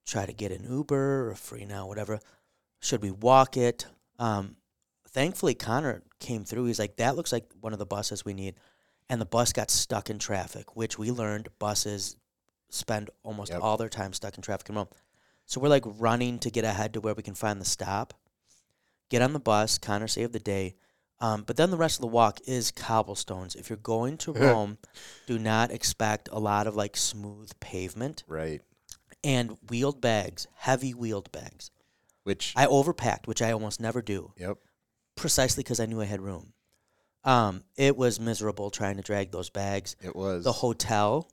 [SPEAKER 1] try to get an Uber or free now, whatever? Should we walk it? Um, thankfully, Connor came through. He's like, that looks like one of the buses we need. And the bus got stuck in traffic, which we learned buses spend almost
[SPEAKER 2] Yep.
[SPEAKER 1] all their time stuck in traffic in Rome. So we're like running to get ahead to where we can find the stop. Get on the bus. Connor saved the day. Um, but then the rest of the walk is cobblestones. If you're going to Rome, do not expect a lot of like smooth pavement
[SPEAKER 2] right.
[SPEAKER 1] and wheeled bags, heavy wheeled bags.
[SPEAKER 2] Which.
[SPEAKER 1] I overpacked, which I almost never do,
[SPEAKER 2] yep.
[SPEAKER 1] precisely because I knew I had room. Um, it was miserable trying to drag those bags.
[SPEAKER 2] It was.
[SPEAKER 1] The hotel,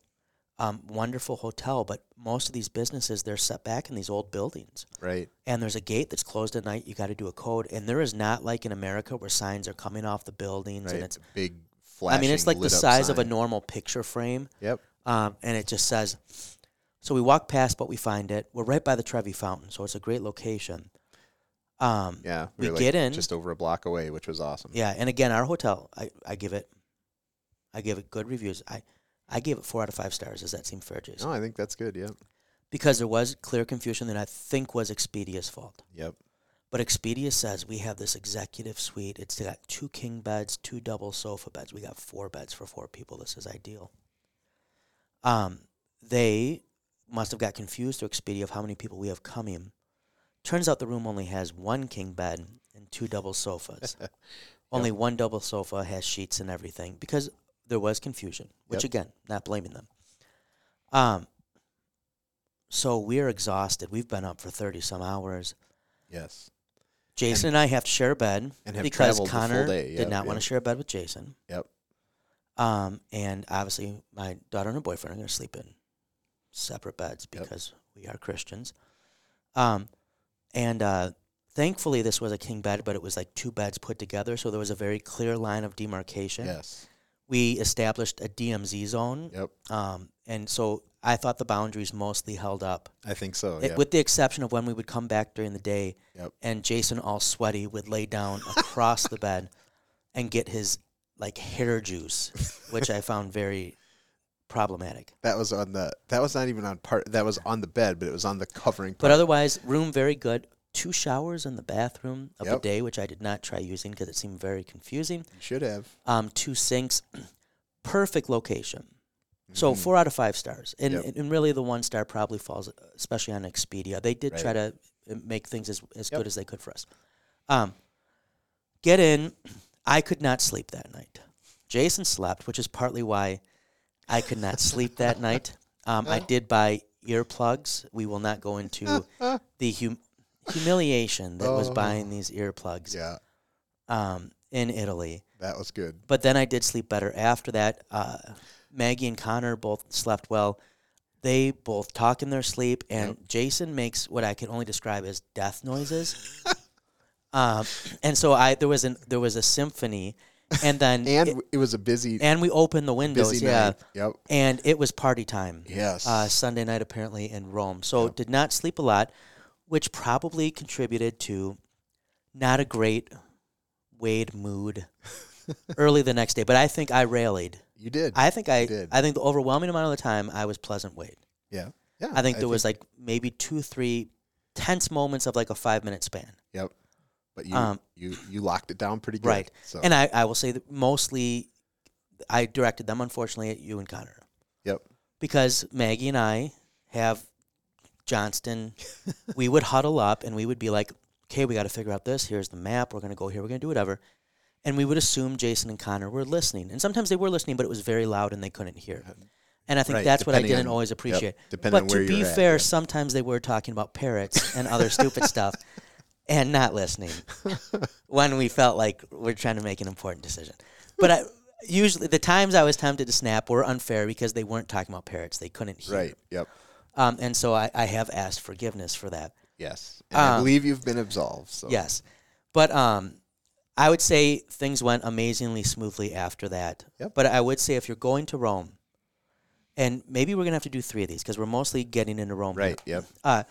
[SPEAKER 1] um, wonderful hotel, but most of these businesses they're set back in these old buildings,
[SPEAKER 2] right.
[SPEAKER 1] and there's a gate that's closed at night. You got to do a code, and there is not like in America where signs are coming off the buildings,
[SPEAKER 2] Right.
[SPEAKER 1] and it's.
[SPEAKER 2] It's big. Flashing,
[SPEAKER 1] I mean, it's like the
[SPEAKER 2] lit up
[SPEAKER 1] size of a
[SPEAKER 2] sign.
[SPEAKER 1] normal picture frame.
[SPEAKER 2] Yep.
[SPEAKER 1] um, and it just says so we walk past but we find it we're right by the trevi fountain so it's a great location um,
[SPEAKER 2] Yeah.
[SPEAKER 1] We
[SPEAKER 2] were,
[SPEAKER 1] get in.
[SPEAKER 2] just over a block away, which was awesome.
[SPEAKER 1] yeah and again our hotel I, I give it i give it good reviews i i gave it four out of five stars does that seem fair jason
[SPEAKER 2] No, I think that's good. Yep.
[SPEAKER 1] because there was clear confusion that i think was expedia's fault
[SPEAKER 2] Yep.
[SPEAKER 1] but expedia says we have this executive suite it's got two king beds two double sofa beds we got four beds for four people this is ideal um, they must have got confused through Expedia of how many people we have coming. Turns out the room only has one king bed and two double sofas. Only one double sofa has sheets and everything because there was confusion, which
[SPEAKER 2] Yep.
[SPEAKER 1] again, not blaming them. Um, so we're exhausted. We've been up for 30 some hours.
[SPEAKER 2] Yes.
[SPEAKER 1] Jason and, I have to share a bed
[SPEAKER 2] and have
[SPEAKER 1] because
[SPEAKER 2] traveled the full
[SPEAKER 1] Connor
[SPEAKER 2] day.
[SPEAKER 1] did
[SPEAKER 2] Yep,
[SPEAKER 1] not want
[SPEAKER 2] yep.
[SPEAKER 1] to share a bed with Jason.
[SPEAKER 2] Yep.
[SPEAKER 1] Um, and obviously, my daughter and her boyfriend are going to sleep in separate beds
[SPEAKER 2] Yep.
[SPEAKER 1] because we are Christians. Um, and uh, thankfully, this was a king bed, but it was like two beds put together, so there was a very clear line of demarcation.
[SPEAKER 2] Yes.
[SPEAKER 1] We established a DMZ zone,
[SPEAKER 2] Yep.
[SPEAKER 1] um, and so I thought the boundaries mostly held up,
[SPEAKER 2] I think so.
[SPEAKER 1] It-
[SPEAKER 2] Oh, yeah.
[SPEAKER 1] with the exception of when we would come back during the day,
[SPEAKER 2] Yep.
[SPEAKER 1] and Jason, all sweaty, would lay down across the bed and get his like hair juice, which I found very problematic.
[SPEAKER 2] that was on the. That was not even on part. That was on the bed, but it was on the covering.
[SPEAKER 1] But otherwise, room very good. Two showers in the bathroom of
[SPEAKER 2] Yep.
[SPEAKER 1] the day, which I did not try using because it seemed very confusing.
[SPEAKER 2] You should have.
[SPEAKER 1] Um, two sinks, perfect location. So four out of five stars, and
[SPEAKER 2] Mm-hmm. Yep.
[SPEAKER 1] and really the one star probably falls, uh, especially on Expedia. They did try
[SPEAKER 2] Right.
[SPEAKER 1] to uh, make things as as
[SPEAKER 2] Yep.
[SPEAKER 1] good as they could for us. Um, get in. I could not sleep that night. Jason slept, which is partly why I could not sleep that night. Um, I did buy earplugs. We will not go into the hum- humiliation that was buying these earplugs
[SPEAKER 2] Oh. Yeah,
[SPEAKER 1] um, in Italy.
[SPEAKER 2] that was good.
[SPEAKER 1] But then I did sleep better after that. Uh, Maggie and Connor both slept well. They both talk in their sleep, and Jason makes what I can only describe as death noises. um, and so I there was an there was a symphony, and then
[SPEAKER 2] And it, it was a busy,
[SPEAKER 1] and we opened the windows,
[SPEAKER 2] busy
[SPEAKER 1] yeah,
[SPEAKER 2] night. Yep.
[SPEAKER 1] and it was party time.
[SPEAKER 2] Yes.
[SPEAKER 1] uh, Sunday night apparently in Rome. So did not sleep a lot, which probably contributed to not a great Wade mood early the next day. But I think I rallied.
[SPEAKER 2] you did.
[SPEAKER 1] I think I
[SPEAKER 2] did.
[SPEAKER 1] I think the overwhelming amount of the time I was pleasant Wade.
[SPEAKER 2] yeah. Yeah.
[SPEAKER 1] I think there was like maybe two, three tense moments of like a five minute span.
[SPEAKER 2] Yep. But you,
[SPEAKER 1] um,
[SPEAKER 2] you, you locked it down pretty good.
[SPEAKER 1] Right.
[SPEAKER 2] So.
[SPEAKER 1] And I, I will say that mostly I directed them unfortunately at you and Connor.
[SPEAKER 2] yep.
[SPEAKER 1] because Maggie and I have Johnston. we would huddle up and we would be like, okay, we got to figure out this. Here's the map. We're going to go here. We're going to do whatever. And we would assume Jason and Connor were listening. And sometimes they were listening, but it was very loud and they couldn't hear. And I think
[SPEAKER 2] Right,
[SPEAKER 1] that's what I
[SPEAKER 2] depending
[SPEAKER 1] didn't
[SPEAKER 2] on-
[SPEAKER 1] always
[SPEAKER 2] yep,
[SPEAKER 1] appreciate.
[SPEAKER 2] depending
[SPEAKER 1] but
[SPEAKER 2] on
[SPEAKER 1] to
[SPEAKER 2] where
[SPEAKER 1] be
[SPEAKER 2] you're at,
[SPEAKER 1] fair,
[SPEAKER 2] yeah.
[SPEAKER 1] sometimes they were talking about parrots and other stupid stuff and not listening when we felt like we're trying to make an important decision. But I, usually the times I was tempted to snap were unfair because they weren't talking about parrots. They couldn't hear.
[SPEAKER 2] Right. Yep.
[SPEAKER 1] Um, and so I, I have asked forgiveness for that.
[SPEAKER 2] Yes. And I
[SPEAKER 1] Um,
[SPEAKER 2] believe you've been absolved. So.
[SPEAKER 1] Yes. But um, I would say things went amazingly smoothly after that.
[SPEAKER 2] Yep.
[SPEAKER 1] But I would say if you're going to Rome, and maybe we're going to have to do three of these because we're mostly getting into Rome. here.
[SPEAKER 2] Right. Yep.
[SPEAKER 1] Uh,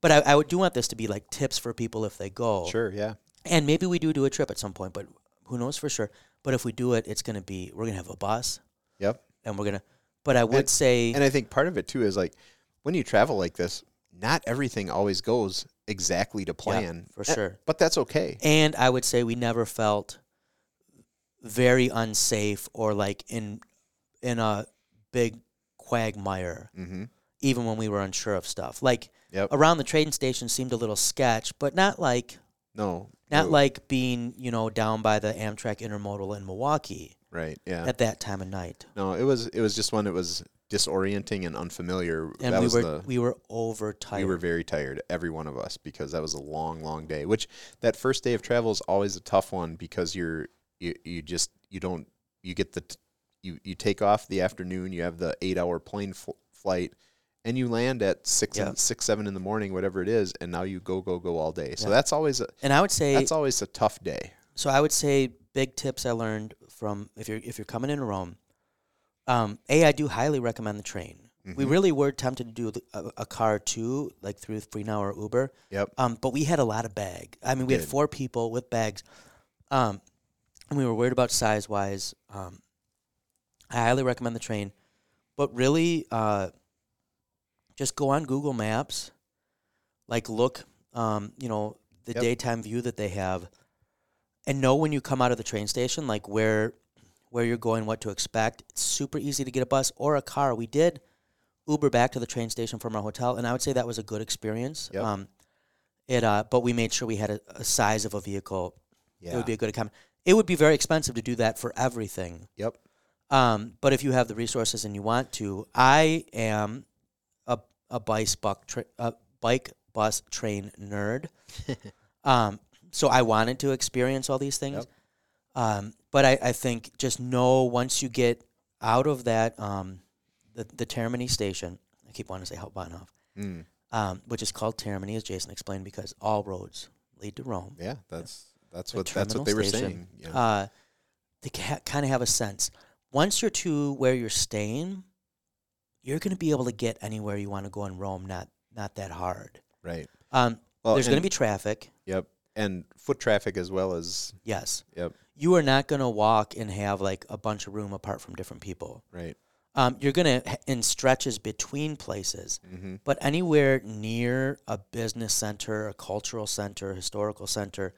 [SPEAKER 1] but I, I would do want this to be like tips for people if they go.
[SPEAKER 2] Sure. Yeah.
[SPEAKER 1] And maybe we do do a trip at some point, but who knows for sure. But if we do it, it's going to be, we're going to have a bus
[SPEAKER 2] Yep.
[SPEAKER 1] and we're going to, but I would say,
[SPEAKER 2] And I think part of it too is like when you travel like this, not everything always goes exactly to plan.
[SPEAKER 1] for
[SPEAKER 2] Eh,
[SPEAKER 1] sure.
[SPEAKER 2] But that's okay.
[SPEAKER 1] and I would say we never felt very unsafe or like in in a big quagmire,
[SPEAKER 2] Mm-hmm.
[SPEAKER 1] even when we were unsure of stuff. Like
[SPEAKER 2] Yep.
[SPEAKER 1] around the trading station seemed a little sketch, but not like
[SPEAKER 2] No.
[SPEAKER 1] not
[SPEAKER 2] no,
[SPEAKER 1] like being you know down by the Amtrak intermodal in Milwaukee
[SPEAKER 2] right. Yeah.
[SPEAKER 1] at that time of night.
[SPEAKER 2] no, it was it was just one that was disorienting and unfamiliar.
[SPEAKER 1] And
[SPEAKER 2] that
[SPEAKER 1] we
[SPEAKER 2] was
[SPEAKER 1] were
[SPEAKER 2] the
[SPEAKER 1] we were overtired.
[SPEAKER 2] we were very tired, every one of us, because that was a long, long day. Which that first day of travel is always a tough one because you're you, you just you don't you get the t- you you take off the afternoon, you have the eight hour plane fl- flight, and you land at six
[SPEAKER 1] Yeah.
[SPEAKER 2] and six seven in the morning, whatever it is, and now you go go go all day. So
[SPEAKER 1] Yeah.
[SPEAKER 2] that's always a
[SPEAKER 1] and I would say
[SPEAKER 2] that's always a tough day.
[SPEAKER 1] So I would say big tips I learned from if you're if you're coming into Rome. Um, a I do highly recommend the train.
[SPEAKER 2] Mm-hmm.
[SPEAKER 1] We really were tempted to do the- a, a car too, like through Freenow or Uber.
[SPEAKER 2] Yep.
[SPEAKER 1] Um, but we had a lot of bag. I mean, we had
[SPEAKER 2] did.
[SPEAKER 1] four people with bags, um, and we were worried about size wise. Um, I highly recommend the train, but really, uh, just go on Google Maps, like look, um, you know, the
[SPEAKER 2] Yep.
[SPEAKER 1] daytime view that they have, and know when you come out of the train station, like where where you're going, what to expect. It's super easy to get a bus or a car. We did Uber back to the train station from our hotel, and I would say that was a good experience.
[SPEAKER 2] Yep.
[SPEAKER 1] Um, it, uh, but we made sure we had a, a size of a vehicle. It
[SPEAKER 2] Yeah.
[SPEAKER 1] would be a good account. It would be very expensive to do that for everything.
[SPEAKER 2] yep.
[SPEAKER 1] Um, but if you have the resources and you want to, I am a a bike buck tra- a bike bus train nerd. um, so I wanted to experience all these things.
[SPEAKER 2] Yep.
[SPEAKER 1] Um, but I, I think just know once you get out of that um, the the Termini station. I keep wanting to say Hauptbahnhof,
[SPEAKER 2] Mm.
[SPEAKER 1] um, which is called Termini, as Jason explained, because all roads lead to Rome.
[SPEAKER 2] Yeah. That's that's
[SPEAKER 1] The
[SPEAKER 2] what that's
[SPEAKER 1] terminal
[SPEAKER 2] what they were
[SPEAKER 1] station.
[SPEAKER 2] saying. Yeah.
[SPEAKER 1] uh, they ca- kind of have a sense. Once you're to where you're staying, you're going to be able to get anywhere you want to go in Rome. Not not that hard.
[SPEAKER 2] right.
[SPEAKER 1] Um,
[SPEAKER 2] Well,
[SPEAKER 1] there's going to
[SPEAKER 2] and-
[SPEAKER 1] be traffic.
[SPEAKER 2] yep. And foot traffic as well as
[SPEAKER 1] Yes,
[SPEAKER 2] yep.
[SPEAKER 1] you are not going to walk and have like a bunch of room apart from different people.
[SPEAKER 2] Right.
[SPEAKER 1] Um, you're going to in stretches between places,
[SPEAKER 2] Mm-hmm.
[SPEAKER 1] but anywhere near a business center, a cultural center, historical center,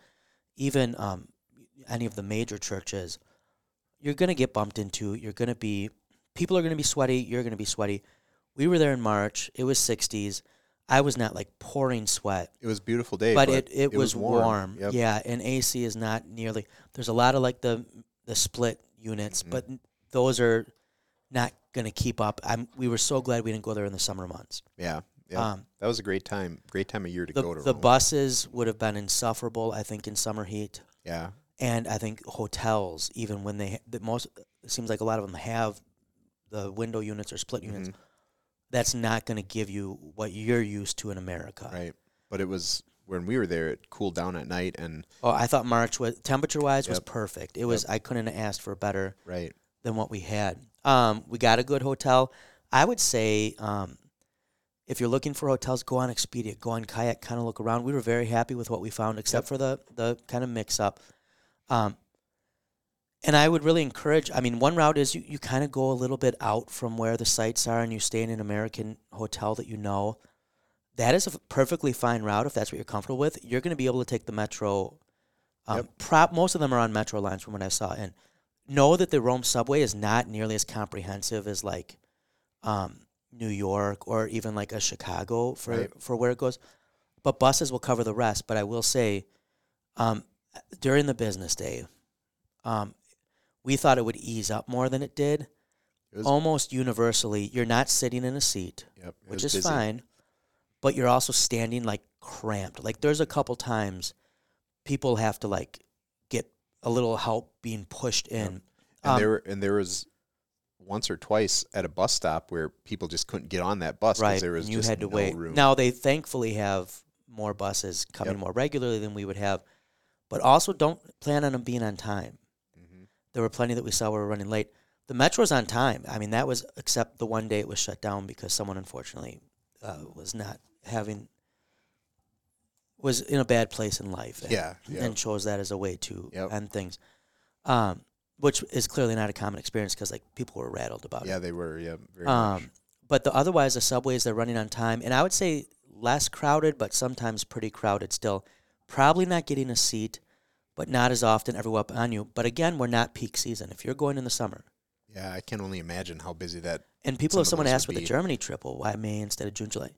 [SPEAKER 1] even um, any of the major churches, you're going to get bumped into. You're going to be, people are going to be sweaty. You're going to be sweaty. We were there in March. It was 60s. I was not like pouring sweat,
[SPEAKER 2] It was a beautiful day,
[SPEAKER 1] but, it, it, was, warm.
[SPEAKER 2] Yep.
[SPEAKER 1] Yeah. And AC is not nearly, there's a lot of like the, the split units,
[SPEAKER 2] Mhm.
[SPEAKER 1] but those are not going to keep up. I'm, we were so glad we didn't go there in the summer months.
[SPEAKER 2] Yeah. yeah.
[SPEAKER 1] Um,
[SPEAKER 2] that was a great time. Great time of year to
[SPEAKER 1] the,
[SPEAKER 2] go to
[SPEAKER 1] the
[SPEAKER 2] Rome.
[SPEAKER 1] buses would have been insufferable, I think, in summer heat.
[SPEAKER 2] yeah.
[SPEAKER 1] and I think hotels, even when they ha- that most, it seems like a lot of them have the window units or split units.
[SPEAKER 2] Mhm.
[SPEAKER 1] That's not going to give you what you're used to in America.
[SPEAKER 2] Right. But it was when we were there. It cooled down at night, and
[SPEAKER 1] Oh, I thought March was temperature wise was
[SPEAKER 2] Yep.
[SPEAKER 1] perfect. It was I couldn't have asked for better
[SPEAKER 2] right.
[SPEAKER 1] than what we had. Um, we got a good hotel. I would say um, if you're looking for hotels, go on Expedia, go on Kayak, kind of look around. We were very happy with what we found, except
[SPEAKER 2] Yep.
[SPEAKER 1] for the the kind of mix up. Um, and I would really encourage. I mean, one route is you, you kind of go a little bit out from where the sites are, and you stay in an American hotel that you know. That is a f- perfectly fine route if that's what you're comfortable with. You're going to be able to take the metro. Um,
[SPEAKER 2] Yep.
[SPEAKER 1] Prop most of them are on metro lines from what I saw, and know that the Rome subway is not nearly as comprehensive as like um, New York or even like a Chicago for
[SPEAKER 2] Right.
[SPEAKER 1] for where it goes. But buses will cover the rest. But I will say, um, during the business day, um, we thought it would ease up more than it did.
[SPEAKER 2] It was-
[SPEAKER 1] Almost universally, you're not sitting in a seat,
[SPEAKER 2] Yep. it
[SPEAKER 1] which
[SPEAKER 2] was
[SPEAKER 1] is
[SPEAKER 2] busy.
[SPEAKER 1] fine, but you're also standing like cramped. Like there's a couple times people have to like get a little help being pushed in.
[SPEAKER 2] And
[SPEAKER 1] Um,
[SPEAKER 2] there were, and there was once or twice at a bus stop where people just couldn't get on that bus because
[SPEAKER 1] right
[SPEAKER 2] there was
[SPEAKER 1] and you
[SPEAKER 2] just
[SPEAKER 1] had to
[SPEAKER 2] no
[SPEAKER 1] wait
[SPEAKER 2] room.
[SPEAKER 1] now they thankfully have more buses coming
[SPEAKER 2] Yep.
[SPEAKER 1] more regularly than we would have. But also, don't plan on them being on time.
[SPEAKER 2] Mhm.
[SPEAKER 1] There were plenty that we saw were running late. The metro's on time. I mean, that was except the one day it was shut down because someone unfortunately uh, was not having was in a bad place in life. and-
[SPEAKER 2] Yeah, yeah.
[SPEAKER 1] and chose that as a way to
[SPEAKER 2] Yep.
[SPEAKER 1] end things, um, which is clearly not a common experience because like people were rattled about
[SPEAKER 2] yeah,
[SPEAKER 1] it.
[SPEAKER 2] they were. Yeah, very much.
[SPEAKER 1] Um, but the otherwise the subways they're running on time, and I would say less crowded, but sometimes pretty crowded still. Probably not getting a seat, but not as often every up on you. But again, we're not peak season. If you're going in the summer,
[SPEAKER 2] Yeah, I can only imagine how busy that.
[SPEAKER 1] and people,
[SPEAKER 2] Some
[SPEAKER 1] if
[SPEAKER 2] of
[SPEAKER 1] someone
[SPEAKER 2] those
[SPEAKER 1] asks
[SPEAKER 2] would
[SPEAKER 1] with the
[SPEAKER 2] be-
[SPEAKER 1] Germany triple, why May instead of June, July?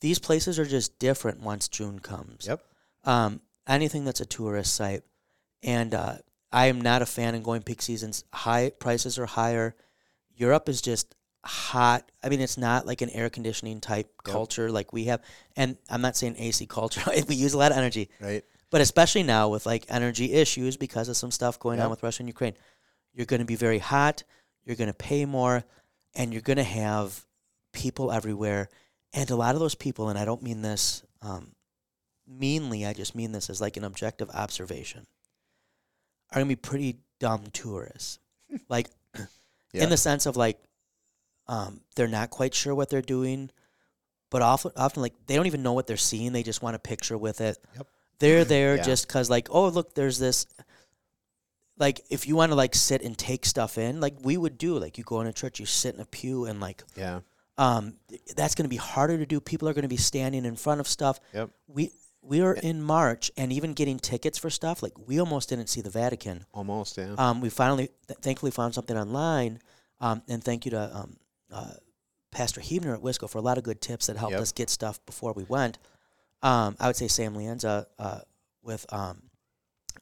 [SPEAKER 1] These places are just different once June comes.
[SPEAKER 2] Yep.
[SPEAKER 1] um, anything that's a tourist site. And uh, I am not a fan in going peak seasons. High prices are higher. Europe is just hot. I mean, it's not like an air conditioning type
[SPEAKER 2] Yep.
[SPEAKER 1] culture like we have. And I'm not saying AC culture. we use a lot of energy,
[SPEAKER 2] Right.
[SPEAKER 1] but especially now with like energy issues because of some stuff going on
[SPEAKER 2] Yep.
[SPEAKER 1] with Russia and Ukraine, you're going to be very hot. You're going to pay more, and you're going to have people everywhere. And a lot of those people, and I don't mean this um, meanly. I just mean this as like an objective observation. Are going to be pretty dumb tourists, like
[SPEAKER 2] Yeah.
[SPEAKER 1] in the sense of like um, they're not quite sure what they're doing, but often, often like they don't even know what they're seeing. They just want a picture with it.
[SPEAKER 2] Yep.
[SPEAKER 1] They're there
[SPEAKER 2] Yeah.
[SPEAKER 1] just because like oh look, there's this. Like if you want to like sit and take stuff in, like we would do, like you go in a church, you sit in a pew, and like
[SPEAKER 2] Yeah.
[SPEAKER 1] um, th- that's going to be harder to do. People are going to be standing in front of stuff.
[SPEAKER 2] Yep.
[SPEAKER 1] We we are in March, and even getting tickets for stuff like we almost didn't see the Vatican.
[SPEAKER 2] Almost. Yeah.
[SPEAKER 1] Um, we finally, th- thankfully, found something online, um, and thank you to um, uh, Pastor Hebner at Wisco for a lot of good tips that helped
[SPEAKER 2] Yep.
[SPEAKER 1] us get stuff before we went. Um, I would say Sam Lienza uh, with um,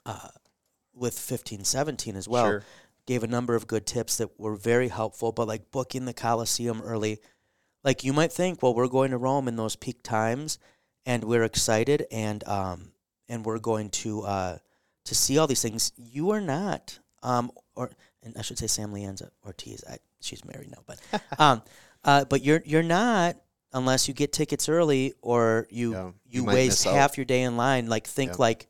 [SPEAKER 1] uh, with fifteen seventeen as well
[SPEAKER 2] Sure.
[SPEAKER 1] gave a number of good tips that were very helpful. But like booking the Coliseum early, like you might think, well, we're going to Rome in those peak times, and we're excited, and um, and we're going to uh, to see all these things. You are not, um, or and I should say Sam Lienza Ortiz. I, she's married now, but um, uh, but you're you're not unless you get tickets early or you
[SPEAKER 2] Yeah,
[SPEAKER 1] you,
[SPEAKER 2] you might
[SPEAKER 1] waste
[SPEAKER 2] miss out.
[SPEAKER 1] half your day in line. Like think
[SPEAKER 2] Yeah.
[SPEAKER 1] like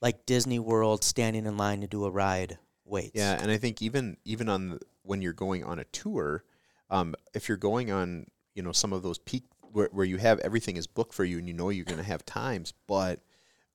[SPEAKER 1] like Disney World standing in line to do a ride waits.
[SPEAKER 2] Yeah, and I think even even on the, when you're going on a tour, um, if you're going on you know some of those peak where, where you have everything is booked for you and you know you're going to have times, but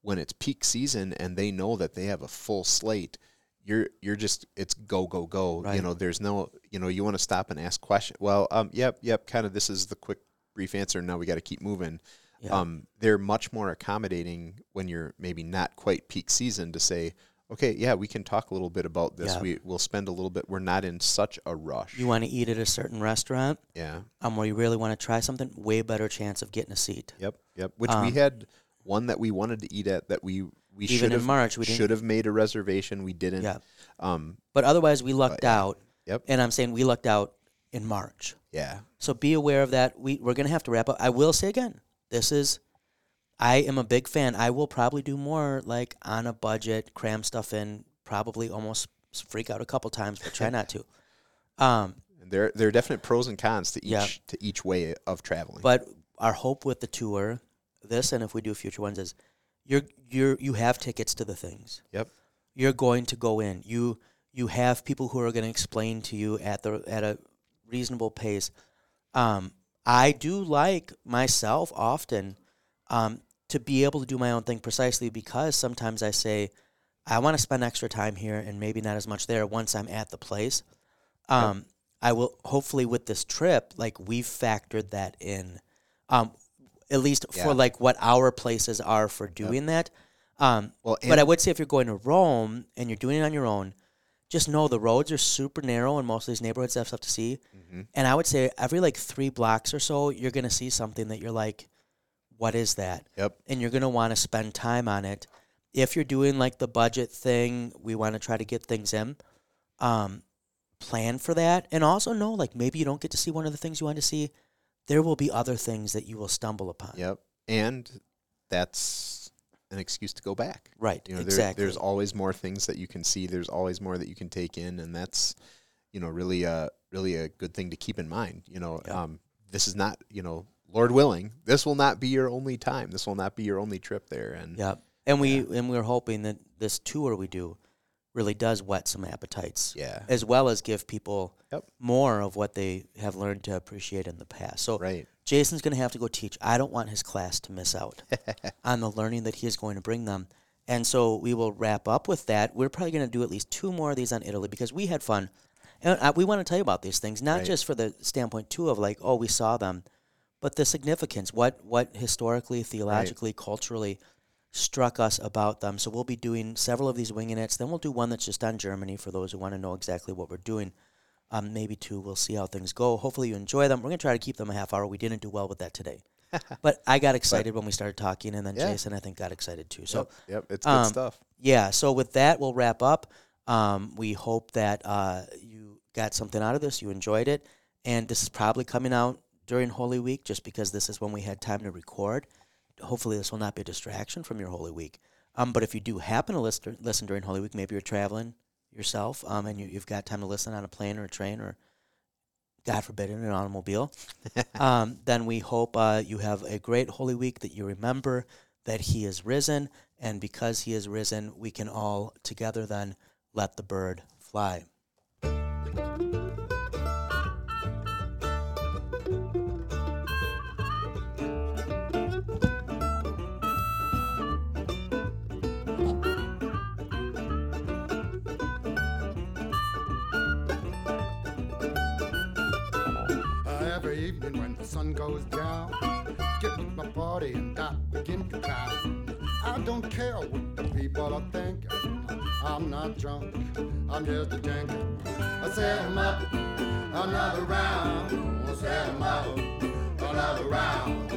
[SPEAKER 2] when it's peak season and they know that they have a full slate, you're you're just it's go go go. You
[SPEAKER 1] Right.
[SPEAKER 2] know, there's no you know you want to stop and ask question. Well, um, yep, yep, kind of this is the quick brief answer. Now we got to keep moving.
[SPEAKER 1] Yeah.
[SPEAKER 2] Um, they're much more accommodating when you're maybe not quite peak season to say, okay, yeah, we can talk a little bit about this.
[SPEAKER 1] Yeah.
[SPEAKER 2] We we'll spend a little bit. We're not in such a rush.
[SPEAKER 1] You want to eat at a certain restaurant,
[SPEAKER 2] yeah.
[SPEAKER 1] um, where you really want to try something, way better chance of getting a seat.
[SPEAKER 2] Yep. Yep. Which we
[SPEAKER 1] Um,
[SPEAKER 2] had one that we wanted to eat at that we we
[SPEAKER 1] Even
[SPEAKER 2] should
[SPEAKER 1] in
[SPEAKER 2] have
[SPEAKER 1] March, we didn't-
[SPEAKER 2] should have made a reservation. We didn't.
[SPEAKER 1] Yeah.
[SPEAKER 2] Um.
[SPEAKER 1] But otherwise, we lucked
[SPEAKER 2] yeah.
[SPEAKER 1] out.
[SPEAKER 2] Yep.
[SPEAKER 1] And I'm saying we lucked out in March.
[SPEAKER 2] Yeah.
[SPEAKER 1] So be aware of that. We we're gonna have to wrap up. I will say again, this is I am a big fan. I will probably do more like on a budget, cram stuff in, probably almost s- freak out a couple times, but try not to. Um,
[SPEAKER 2] And there there are definite pros and cons to each
[SPEAKER 1] Yeah.
[SPEAKER 2] to each way of traveling.
[SPEAKER 1] but our hope with the tour, this and if we do future ones is you're you're you have tickets to the things.
[SPEAKER 2] yep.
[SPEAKER 1] you're going to go in. You you have people who are going to explain to you at the at a reasonable pace. Um, I do like myself often um, to be able to do my own thing precisely because sometimes I say I want to spend extra time here and maybe not as much there once I'm at the place. Um, I will hopefully with this trip, like we've factored that in, um, at least
[SPEAKER 2] Yeah.
[SPEAKER 1] for like what our places are for doing that. Um,
[SPEAKER 2] Well,
[SPEAKER 1] but
[SPEAKER 2] and-
[SPEAKER 1] I would say if you're going to Rome and you're doing it on your own, just know the roads are super narrow and most of these neighborhoods have stuff to see. And I would say every like three blocks or so, you're going to see something that you're like, what is that?
[SPEAKER 2] Yep.
[SPEAKER 1] and you're going to want to spend time on it. If you're doing like the budget thing, we want to try to get things in. Um, plan for that, and also know like maybe you don't get to see one of the things you want to see. There will be other things that you will stumble upon.
[SPEAKER 2] Yep. And that's an excuse to go back.
[SPEAKER 1] Right.
[SPEAKER 2] You know,
[SPEAKER 1] exactly.
[SPEAKER 2] there, there's always more things that you can see. There's always more that you can take in, and that's, you know, really a really a good thing to keep in mind. You know,
[SPEAKER 1] Yeah.
[SPEAKER 2] um, this is not you know Lord willing, this will not be your only time. This will not be your only trip there. And
[SPEAKER 1] Yeah. And we and we're hoping that this tour we do really does whet some appetites.
[SPEAKER 2] Yeah.
[SPEAKER 1] As well as give people
[SPEAKER 2] Yep.
[SPEAKER 1] more of what they have learned to appreciate in the past. So
[SPEAKER 2] right,
[SPEAKER 1] Jason's going to have to go teach. I don't want his class to miss out on the learning that he is going to bring them. And so we will wrap up with that. We're probably going to do at least two more of these on Italy because we had fun. And I, we want to tell you about these things, not
[SPEAKER 2] Right.
[SPEAKER 1] just for the standpoint too of like, oh, we saw them, but the significance. What what historically, theologically, culturally struck us about them. So we'll be doing several of these winging it's. Then we'll do one that's just on Germany for those who want to know exactly what we're doing. Um, maybe two. We'll see how things go. Hopefully you enjoy them. We're gonna try to keep them a half hour. We didn't do well with that today, but I got excited when we started talking, and then
[SPEAKER 2] Yeah.
[SPEAKER 1] Jason I think got excited too. So
[SPEAKER 2] yep, it's
[SPEAKER 1] um,
[SPEAKER 2] good stuff.
[SPEAKER 1] yeah. So with that, we'll wrap up. Um, we hope that uh, you got something out of this. You enjoyed it, and this is probably coming out during Holy Week, just because this is when we had time to record. Hopefully, this will not be a distraction from your Holy Week. Um, but if you do happen to listen, listen during Holy Week, maybe you're traveling yourself, um, and you, you've got time to listen on a plane or a train or, God forbid, in an automobile. um, then we hope uh, you have a great Holy Week that you remember that He is risen. And because He is risen, we can all together then let the bird fly.
[SPEAKER 3] Uh, Every evening when the sun goes down, get with my party and I begin to clown. I don't care what the people are thinking. I'm not drunk, I'm just a drinker. I set 'em up, another round. I set 'em up, another round.